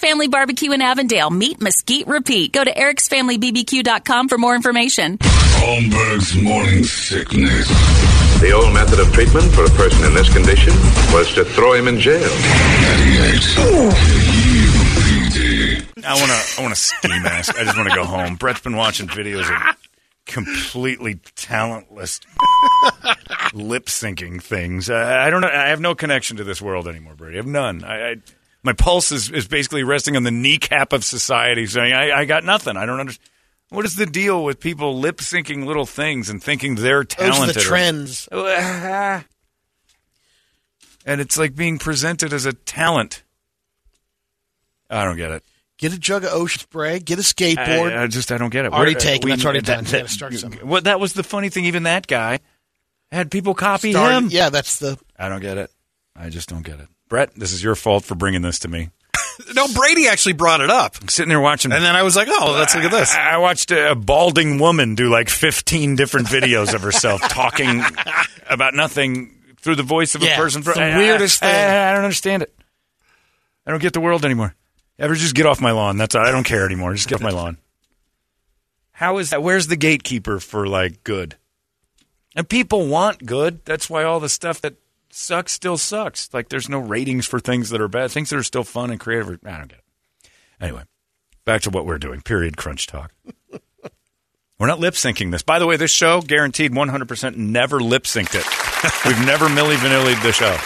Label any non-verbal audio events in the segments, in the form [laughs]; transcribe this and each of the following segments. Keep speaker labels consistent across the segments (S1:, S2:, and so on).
S1: Family Barbecue in Avondale. Meet, mesquite, repeat. Go to ericsfamilybbq.com for more information.
S2: Holmberg's morning sickness.
S3: The old method of treatment for a person in this condition was to throw him in jail.
S2: 98. KUPD.
S4: I want to. I want to ski mask. I just want to go home. Brett's been watching videos of completely talentless [laughs] lip syncing things. I, I don't know. I have no connection to this world anymore, Brady. I have none. I, I my pulse is, is basically resting on the kneecap of society, saying I, I got nothing. I don't understand. What is the deal with people lip syncing little things and thinking they're
S5: Those are the
S4: talented? or-
S5: trends.
S4: [sighs] and it's like being presented as a talent. I don't get it.
S5: Get a jug of ocean spray. Get a
S4: I-
S5: skateboard.
S4: I, just I don't get it.
S5: Already
S4: We're-
S5: taken.
S4: we-
S5: That's
S4: [laughs]
S5: already
S4: that-
S5: done.
S4: that-
S5: Gotta start somewhere.
S4: well, that was the funny thing. Even that guy had people copy
S5: Start-
S4: him.
S5: Yeah, that's the.
S4: I don't get it. I just don't get it. Brett, this is your fault for bringing this to me.
S6: No, Brady actually brought it up.
S4: I'm sitting there watching.
S6: And then I was like, oh, let's look at this.
S4: I I watched a a balding woman do like 15 different videos of
S5: [laughs]
S4: herself talking about nothing through the voice of a
S5: Yeah,
S4: person.
S5: it's the
S4: I- I-
S5: weirdest
S4: I,
S5: thing.
S4: I, I don't understand it. I don't get the world anymore. Ever just get off my lawn. That's I don't care anymore. Just get off my lawn. How is that? Where's the gatekeeper for like good? And people want good. That's why all the stuff that sucks still sucks. Like there's no ratings for things that are bad. Things that are still fun and creative. are- I don't get it. Anyway, back to what we're doing. Period. Crunch talk. [laughs] We're not lip syncing this. By the way, this show guaranteed 100% never lip synced it. We've never Milli Vanillied the show.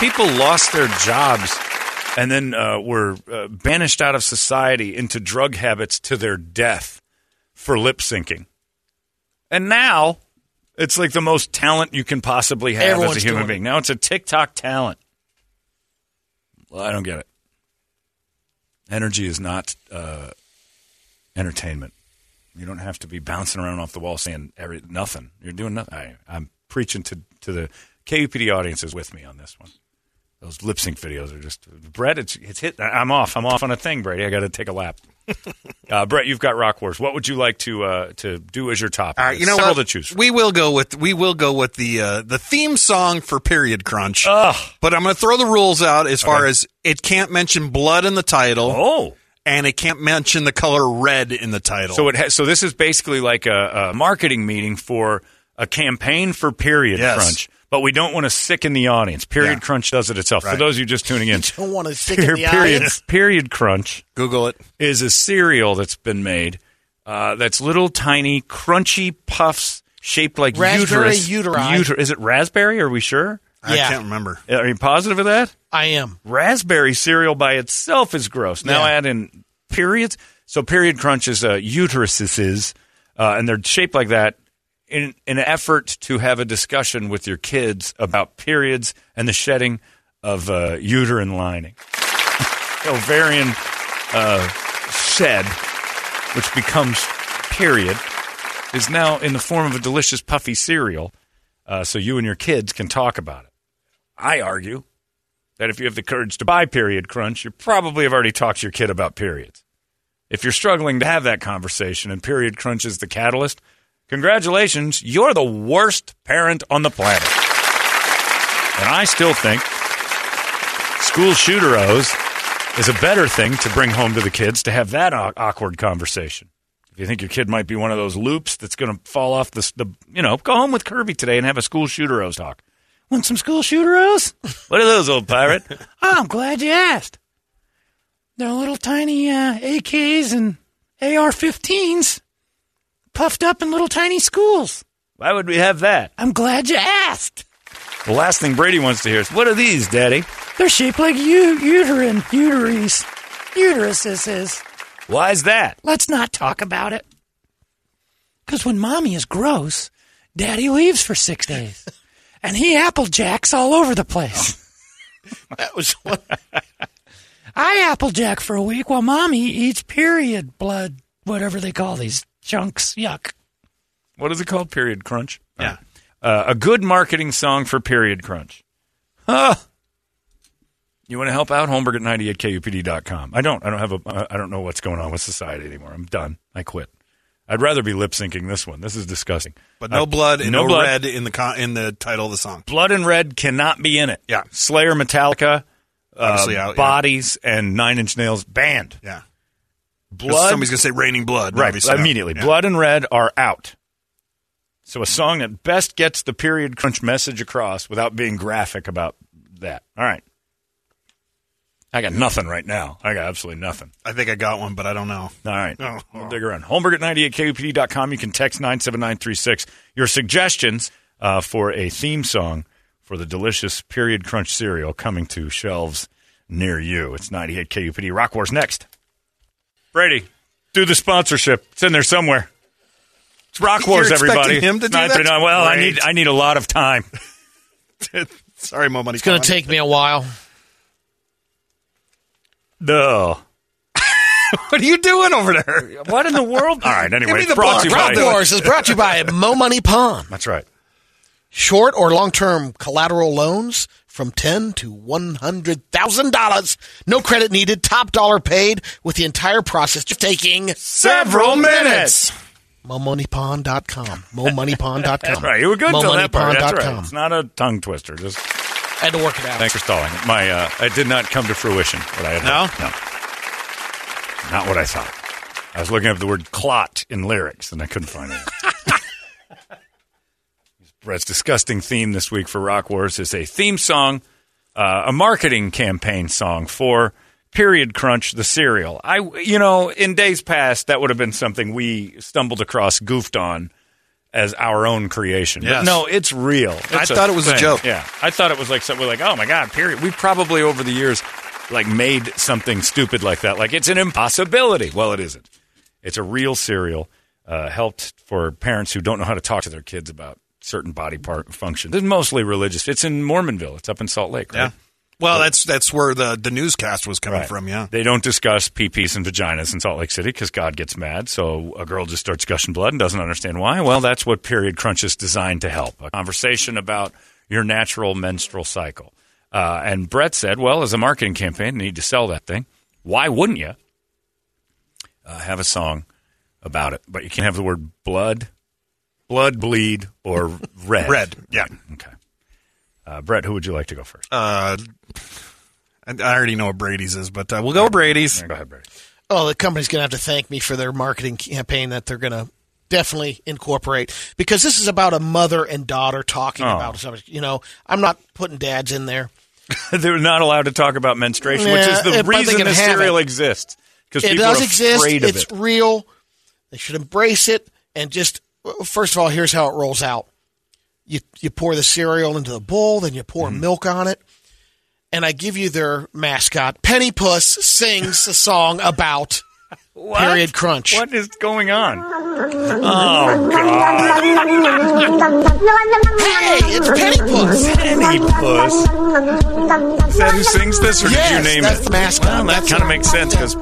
S4: People lost their jobs and then uh, were uh, banished out of society into drug habits to their death for lip syncing. And now it's like the most talent you can possibly have as
S5: Everyone's
S4: a human
S5: doing it.
S4: being. Now it's a TikTok talent. Well, I don't get it. Energy is not uh, entertainment. You don't have to be bouncing around off the wall saying every, nothing. You're doing nothing. I, I'm preaching to, to the KUPD audiences with me on this one. Those lip sync videos are just Brett. It's it's hit. I'm off. I'm off on a thing, Brady. I got to take a lap. uh, Brett, you've got Rock Wars. What would you like to uh, to do as your topic?
S6: All right, Uh, you
S4: There's
S6: know
S4: several
S6: what?
S4: to choose. From.
S6: We will go with we will go with the uh, the theme song for Period Crunch. But I'm going to throw the rules out as far as it can't mention blood in the title,
S4: Oh,
S6: and it can't mention the color red in the title.
S4: so it ha- so this is basically like a, a marketing meeting for a campaign for Period
S6: Yes.
S4: Crunch. But we don't want to sicken the audience. Period
S6: Yeah.
S4: Crunch does it itself. For
S6: Right.
S4: those of you just tuning in,
S5: Don't want to stick in the
S4: period,
S5: audience.
S4: period Crunch
S6: Google it.
S4: is a cereal that's been made uh, that's little tiny crunchy puffs shaped like
S5: Raspberry
S4: uterus.
S5: uteri.
S4: Uter- is it raspberry? Are we sure?
S6: I
S5: Yeah.
S4: [laughs]
S6: can't remember.
S4: Are you positive of that?
S5: I am.
S4: Raspberry cereal by itself is gross. Now
S5: Yeah.
S4: add in periods. So period crunch is uh, uteruses, uh, and they're shaped like that in, in an effort to have a discussion with your kids about periods and the shedding of uh, uterine lining, [laughs] ovarian uh, shed, which becomes period, is now in the form of a delicious puffy cereal. Uh, so you and your kids can talk about it. I argue that if you have the courage to buy period crunch, you probably have already talked to your kid about periods. If you're struggling to have that conversation and period crunch is the catalyst, congratulations, you're the worst parent on the planet. And I still think school shooteros is a better thing to bring home to the kids to have that au- awkward conversation. If you think your kid might be one of those loops that's going to fall off the, s- the, you know, go home with Kirby today and have a school shooteros talk. Want some school shooteros? What are those, old pirate? [laughs] oh, I'm glad you asked. They're little tiny uh, AKs and AR-15s, puffed up in little tiny schools. Why would we have that? I'm glad you asked. The last thing Brady wants to hear is, "What are these, Daddy?" They're shaped like u- uterine, uteries, uteruses. Why is that?
S7: Let's not talk about it. Because when mommy is gross, daddy leaves for
S4: [laughs]
S7: six days. and he applejacks all over the place.
S5: That was what
S4: Oh.
S7: I applejack for a week while mommy eats period blood, whatever they call these chunks. Yuck.
S4: What is it called? Period crunch.
S6: Yeah.
S4: Uh, a good marketing song for period crunch. Huh. You want to help out? Holmberg at 98kupd.com. I don't. I don't have a. I I don't know what's going on with society anymore. I'm done. I quit. I'd rather be lip syncing this one. This is disgusting.
S6: But no blood and
S4: Uh, no
S6: no,
S4: blood.
S6: red in the con- in the title of the song.
S4: Blood and Red cannot be in it.
S6: Yeah.
S4: Slayer, Metallica, uh,
S6: Obviously out, yeah.
S4: Bodies, and Nine Inch Nails banned.
S6: Yeah. 'Cause
S4: Blood,
S6: Somebody's gonna say raining blood.
S4: right?
S6: obviously.
S4: Immediately,
S6: Yeah.
S4: Blood and Red are out. So a song that best gets the period crunch message across without being graphic about that. All right. I got nothing right now. I got absolutely nothing.
S6: I think I got one, but I don't know.
S4: All right.
S6: Oh.
S4: We'll dig around. Holmberg at 98kupd.com. You can text 97936. Your suggestions uh, for a theme song for the delicious Period Crunch cereal coming to shelves near you. It's 98kupd. Rock Wars next. Brady, do the sponsorship. It's in there somewhere. It's Rock Wars,
S6: You're expecting
S4: everybody.
S6: him to do that?
S4: 939. Well, I
S6: Great.
S4: need, I need a lot of time.
S6: Sorry, Mo Money.
S8: It's going to take me a while.
S4: No.
S6: What are you doing over there?
S4: What in the world? All right, anyway.
S6: me
S4: it's
S6: the
S4: brought
S6: block.
S4: to you
S8: Rock
S4: by-
S8: Wars is brought to you by Mo Money Palm.
S4: That's right.
S5: short or long term collateral loans from ten to one hundred thousand dollars. No credit needed, top dollar paid, with the entire process just taking
S4: Several minutes.
S5: MoMoneyPawn.com. MoMoneyPawn.com. That's
S4: Right, you were good until that part. That's right.
S5: MoMoneyPawn.com.
S4: It's not a tongue twister. Just
S8: Had to work it out.
S4: Thanks for stalling. My, uh, I did not come to fruition. What I had
S6: No?
S4: hoped. no, not what I thought. I was looking up the word "clot" in lyrics, and I couldn't find it. [laughs] Brett's disgusting theme this week for Rock Wars is a theme song, uh, a marketing campaign song for Period Crunch, the cereal. I, you know, in days past, that would have been something we stumbled across, goofed on. As our own creation, But
S6: Yes.
S4: no, it's real. It's
S6: thought it was a
S4: thing.
S6: joke.
S4: Yeah, I thought it was like something like, oh my god, period. We probably over the years like made something stupid like that. Like it's an impossibility. Well, it isn't. It's a real cereal uh, helped for parents who don't know how to talk to their kids about certain body part functions. It's mostly religious. It's in Mormonville. It's up in Salt Lake. Right?
S6: Yeah. Well, that's that's where the the newscast was coming
S4: Right.
S6: from. Yeah.
S4: They don't discuss pee-pees and vaginas in Salt Lake City because God gets mad. So a girl just starts gushing blood and doesn't understand why. Well, that's what Period Crunch is designed to help a conversation about your natural menstrual cycle. Uh, and Brett said, well, as a marketing campaign, you need to sell that thing. Why wouldn't you uh, have a song about it? But you can't have the word blood, blood bleed, or [laughs] red.
S6: Red. Yeah.
S4: Okay. Uh, Brett, who would you like to go first?
S6: Uh, I, I already know what Brady's is, but uh, we'll go with Brady's.
S4: go ahead, Brett.
S5: Oh, the company's going to have to thank me for their marketing campaign that they're going to definitely incorporate because this is about a mother and daughter talking
S4: Oh.
S5: about something. You know, I'm not putting dads in there.
S4: [laughs] They're not allowed to talk about menstruation, which
S5: Yeah,
S4: is the
S5: but they
S4: reason
S5: can
S4: this
S5: have
S4: cereal
S5: it.
S4: exists. Because
S5: It
S4: people
S5: does
S4: are
S5: exist.
S4: afraid of
S5: It's
S4: it.
S5: real. They should embrace it and just first of all, here's how it rolls out. You you pour the cereal into the bowl, then you pour
S4: Mm-hmm.
S5: milk on it. And I give you their mascot. Penny Puss sings a song about period crunch.
S4: What is going on?
S5: Hey, it's Penny Puss.
S4: Penny Puss. Is that who sings this, or
S5: Yes,
S4: did you name
S5: that's
S4: it?
S5: the mascot.
S4: Well, that
S5: That's
S4: kind of
S5: the-
S4: makes sense because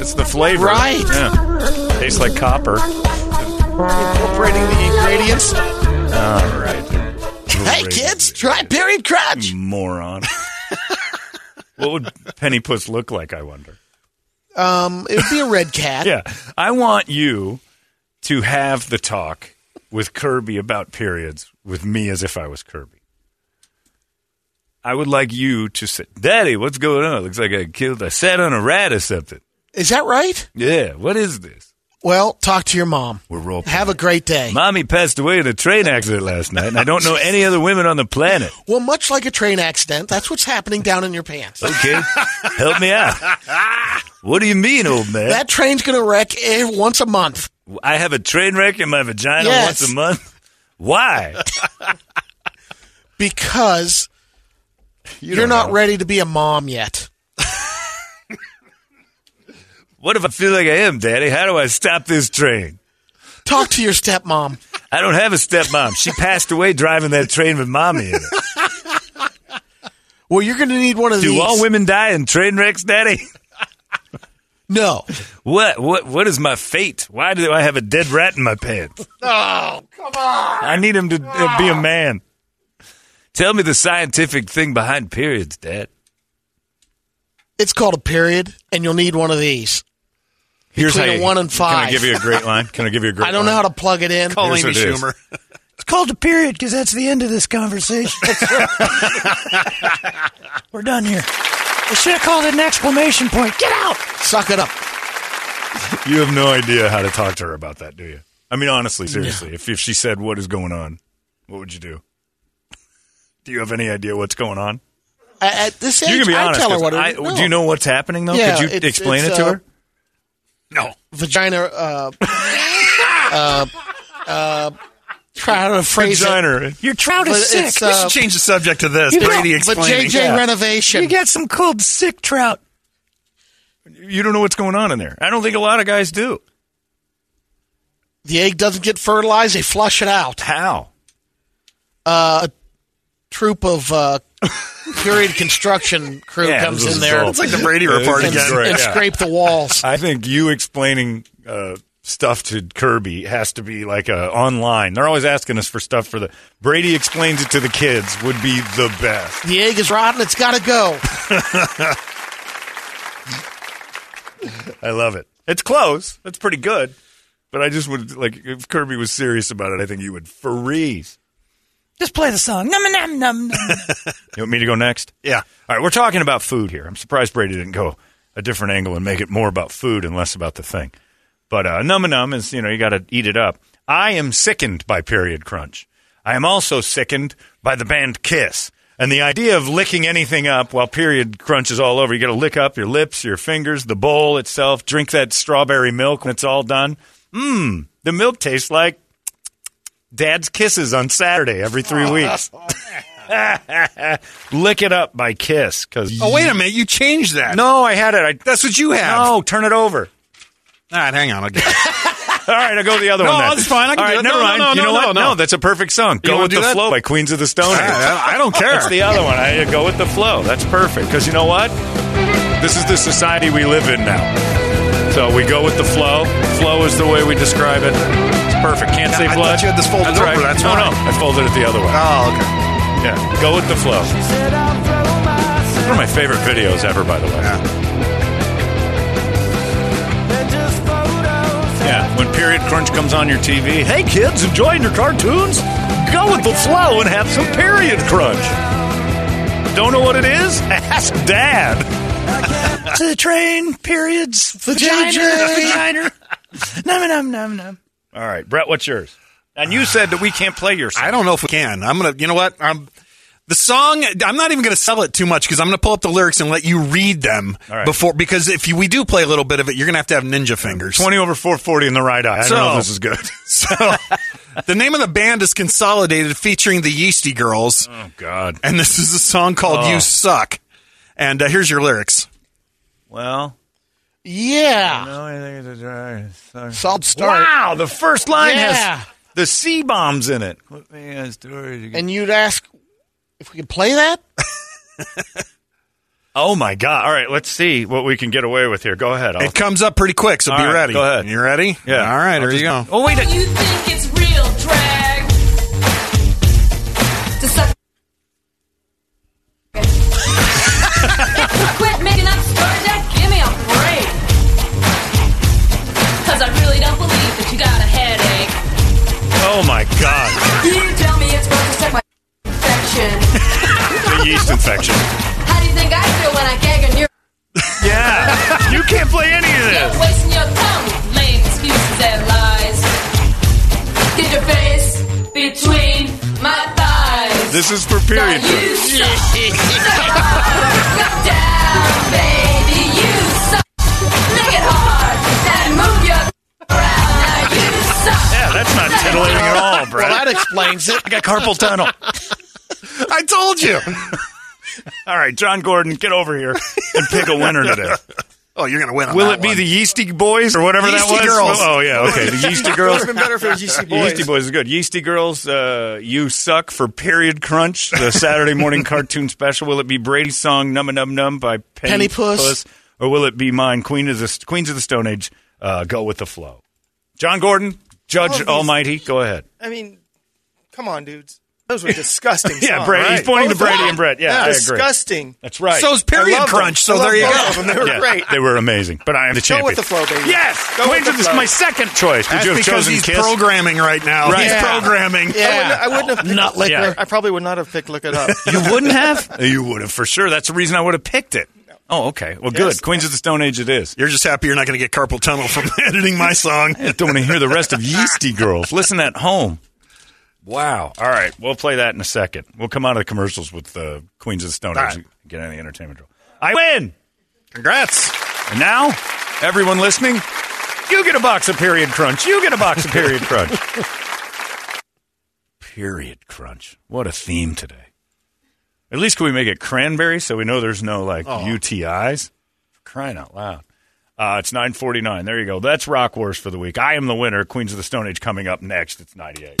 S4: it's the flavor,
S5: Right.
S4: Yeah. Tastes like copper.
S5: Incorporating the ingredients.
S4: All right,
S5: Hey, kids, try period crunch.
S4: Mm. moron. [laughs] what would Penny Puss look like? I wonder.
S5: Um, it would be a red
S4: [laughs]
S5: cat.
S4: Yeah. I want you to have the talk with Kirby about periods with me as if I was Kirby. I would like you to say, Daddy, what's going on? It looks like I killed, I sat on a rat or something.
S5: Is that right?
S4: Yeah, what is this?
S5: Well, talk to your mom.
S4: We're role playing.
S5: Have a great
S4: [laughs]
S5: day.
S4: Mommy passed away in a train accident last night, and I don't know any other women on the planet.
S5: Well, much like a train accident, that's what's happening down in your pants.
S4: Okay, help me out. What do you mean, old man?
S5: That train's going to wreck eh, once a month.
S4: I have a train wreck in my vagina
S5: Yes.
S4: once a month? Why?
S5: because you are
S4: don't
S5: not
S4: know.
S5: ready to be a mom yet.
S4: What if I feel like I am, Daddy? How do I stop this train?
S5: Talk to your stepmom.
S4: I don't have a stepmom. She passed away driving that train with mommy in it.
S5: Well, you're going to need one of these.
S4: Do all women die in train wrecks, Daddy?
S5: No.
S4: What what what is my fate? Why do I have a dead rat in my pants? Oh, come on! I need him to uh, be a man. Tell me the scientific thing behind periods, Dad.
S5: It's called a period, and you'll need one of these.
S4: Here's
S5: Between a one and
S4: Can I
S5: five.
S4: give you a great line? Can I give you a great?
S5: I don't know how to plug it in.
S6: Call
S4: Here's
S6: Amy
S4: what it is.
S6: Schumer.
S7: It's called a period because that's the end of this [laughs] conversation. We're done here. I should have called it an exclamation point. Get out!
S5: Suck it up.
S4: to. You have no idea how to talk to her about that, do you? I mean, honestly, seriously, if if she said what is going on, what would you do? Do you have any idea what's going on?
S5: At, at this age,
S4: you can be
S5: I
S4: honest.
S5: tell her
S4: 'cause
S5: what it
S4: I-
S5: is. No.
S4: Do you know what's happening though?
S5: Yeah,
S4: Could
S5: it's-
S4: you explain
S5: it's,
S4: it to
S5: uh,
S4: her? No.
S5: Vagina.
S4: [laughs]
S5: Uh, uh, uh,
S4: Uh,
S5: try to phrase it.
S4: Designer. uh,
S7: Your trout
S5: But
S7: is
S5: it's,
S7: sick.
S5: uh,
S6: Let's change the subject to this.
S7: You know,
S6: Brady
S5: But
S6: explaining.
S5: JJ renovation.
S7: you got some cold, sick trout.
S4: you don't know what's going on in there. I don't think a lot of guys do.
S5: the egg doesn't get fertilized. They flush it out.
S4: How?
S5: Troop
S4: [laughs]
S5: of uh, period construction crew
S4: Yeah,
S5: comes
S4: this
S5: in
S4: is
S5: there
S4: all-
S5: and,
S6: It's like the
S4: [laughs]
S6: Brady report
S4: This is
S6: again.
S4: great.
S5: and
S4: yeah.
S5: scrape the walls.
S4: I think you explaining uh, stuff to Kirby has to be like a online. They're always asking us for stuff for the Brady explains it to the kids would be the best.
S5: The egg is rotten. It's got to go.
S4: I love it. It's close. That's pretty good. But I just would like if Kirby was serious about it. I think you would freeze.
S7: Just play the song. Num num num. num.
S4: You want me to go next?
S6: [laughs] Yeah.
S4: All right, we're talking about food here. I'm surprised Brady didn't go a different angle and make it more about food and less about the thing. But uh, num and num is, you know, you got to eat it up. I am sickened by period crunch. I am also sickened by the band Kiss. And the idea of licking anything up while period crunch is all over, you got to lick up your lips, your fingers, the bowl itself, drink that strawberry milk when it's all done. Mmm, the milk tastes like dad's kisses on Saturday every three weeks. [laughs] Lick it up by Kiss. Cause
S6: Oh, wait a minute. You changed that.
S4: no, I had it. I,
S6: That's what you have.
S4: no, turn it over.
S6: All right, hang on. I'll get it.
S4: [laughs] All right, I'll go with the other
S6: No,
S4: one. then.
S6: that's fine. I can
S4: All
S6: do
S4: right,
S6: that.
S4: never
S6: No, no,
S4: mind.
S6: no,
S4: you know
S6: no,
S4: what?
S6: no, no.
S4: that's a perfect song. Go
S6: wanna
S4: with
S6: do
S4: the
S6: that?
S4: flow by Queens of the Stone Age.
S6: I don't care.
S4: That's the other one. I go with the flow. That's perfect. Because you know what? This is the society we live in now. So we go with the flow. Flow is the way we describe it. It's perfect. Can't say
S6: I
S4: blood.
S6: thought you had this folded
S4: That's
S6: over.
S4: Right.
S6: That's
S4: no,
S6: why.
S4: no. I folded it the other way.
S6: Oh, okay.
S4: Yeah, go with the flow. One of my favorite videos ever, by the way. Yeah, when Period Crunch comes on your TV, hey kids, enjoying your cartoons? Go with the flow and have some Period Crunch. Don't know what it is? [laughs] Ask Dad.
S7: to the train. Periods. Vagina. Vagina. Num num num num.
S4: All right, Brett, what's yours? And you said that we can't play your song.
S6: I don't know if we can. I'm gonna. You know what? I'm. The song. I'm not even gonna sell it too much because I'm gonna pull up the lyrics and let you read them
S4: All right.
S6: before. Because if you, we do play a little bit of it, you're gonna have to have ninja fingers.
S4: 20 over 440 in the right eye. I don't
S6: So-
S4: know if this is good. [laughs]
S6: [laughs] So, the name of the band is Consolidated, featuring the Yeasty Girls,
S4: Oh, God.
S6: and this is a song called
S4: Oh.
S6: "You Suck." And uh, here's your lyrics.
S4: Well,
S5: Yeah.
S4: no, I think it's a dry song.
S5: Solid start.
S4: Wow, the first line
S5: Yeah.
S4: has the C bombs in it. What man story to get-
S5: And you'd ask if we could play that?
S4: Oh my god! All right, let's see what we can get away with here. Go ahead. I'll-
S6: It comes up pretty quick, so
S4: All
S6: be
S4: right,
S6: ready.
S4: go ahead.
S6: You ready?
S4: Yeah.
S6: All right,
S4: I'll
S6: here you go.
S4: Oh wait,
S9: You think it's real drag to suck. Quit making up stories that give me a break. Cause I really don't believe that you got a headache.
S4: oh my god!
S9: You tell me it's worth a step my infection.
S4: The yeast infection.
S9: How do you think I feel when I gag on your
S4: Yeah, you can't play any of
S9: You're
S4: this.
S9: wasting your time with lame excuses and lies. Get your face between my thighs.
S4: This is for
S9: Now
S4: period.
S9: you suck. Suck down, baby, you suck. Lick it hard and move your around. Now you suck.
S4: Yeah, that's not titillating at all,
S5: Well,
S4: Brett.
S5: that explains it.
S4: I got carpal tunnel.
S6: [laughs] I told you.
S4: All right, John Gordon, get over here and pick a winner today.
S6: Oh, you're going to win. On
S4: Will
S6: that
S4: it be
S6: one.
S4: the Yeasty Boys or whatever
S6: Yeasty
S4: that was?
S6: Girls.
S4: Oh yeah, okay. The Yeasty Girls. Uh,
S5: been better if it was UC Boys.
S4: Yeasty Boys is good. Yeasty Girls, uh, you suck for Period Crunch, the Saturday morning cartoon special. Will it be Brady's song "Num a Num Num" by Penny,
S5: Penny Puss.
S4: or will it be mine? Queen of the Queens of the Stone Age. Uh, go with the flow. John Gordon, Judge
S10: All of these-
S4: Almighty. Go ahead.
S10: I mean, come on, dudes. Those were disgusting.
S4: [laughs] Yeah,
S10: songs.
S4: Brady. He's pointing to
S10: Both of
S4: Brady
S10: them.
S4: and Brett. Yeah, I agree.
S10: disgusting.
S4: That's right.
S6: So's
S10: I
S6: period
S10: love
S6: crunch.
S10: them.
S6: So
S10: I
S6: there you
S10: love
S6: go.
S10: both of them. They were
S4: [laughs] Yeah,
S10: great.
S4: They were amazing, but I am the
S10: Go
S4: champion.
S10: with the flow, baby.
S4: Yes,
S10: Go with
S4: Queens
S10: the
S4: of the-
S10: flow.
S4: my second choice. Would
S6: That's
S4: you have
S6: because
S4: chosen
S6: he's
S4: Kiss?
S6: programming right now.
S4: Right.
S6: He's
S4: Yeah.
S6: programming.
S10: I wouldn't, I wouldn't have
S5: Nut
S10: picked,
S5: liquor.
S4: Yeah.
S10: I probably would not have picked Look It Up.
S4: You
S10: [laughs]
S4: wouldn't have? you would have for sure. That's the reason I would have picked it. Oh, okay. Well, good. Queens of the Stone Age it is. [laughs]
S6: You're just happy you're not going to get carpal tunnel from [laughs] editing my song.
S4: I don't want to hear the rest of Yeasty Girls. Listen at home. Wow. All right. We'll play that in a second. We'll come out of the commercials with the Queens of the Stone Age
S6: All
S4: and
S6: right.
S4: get out of the entertainment drill. I win.
S6: Congrats.
S4: And now, everyone listening, you get a box of Period Crunch. You get a box of Period Crunch.
S6: [laughs]
S4: period Crunch. What a theme today. At least can we make it cranberry so we know there's no like
S6: Oh.
S4: UTIs? For crying out loud. Uh, it's 949. There you go. That's Rock Wars for the week. I am the winner. Queens of the Stone Age coming up next. It's 98.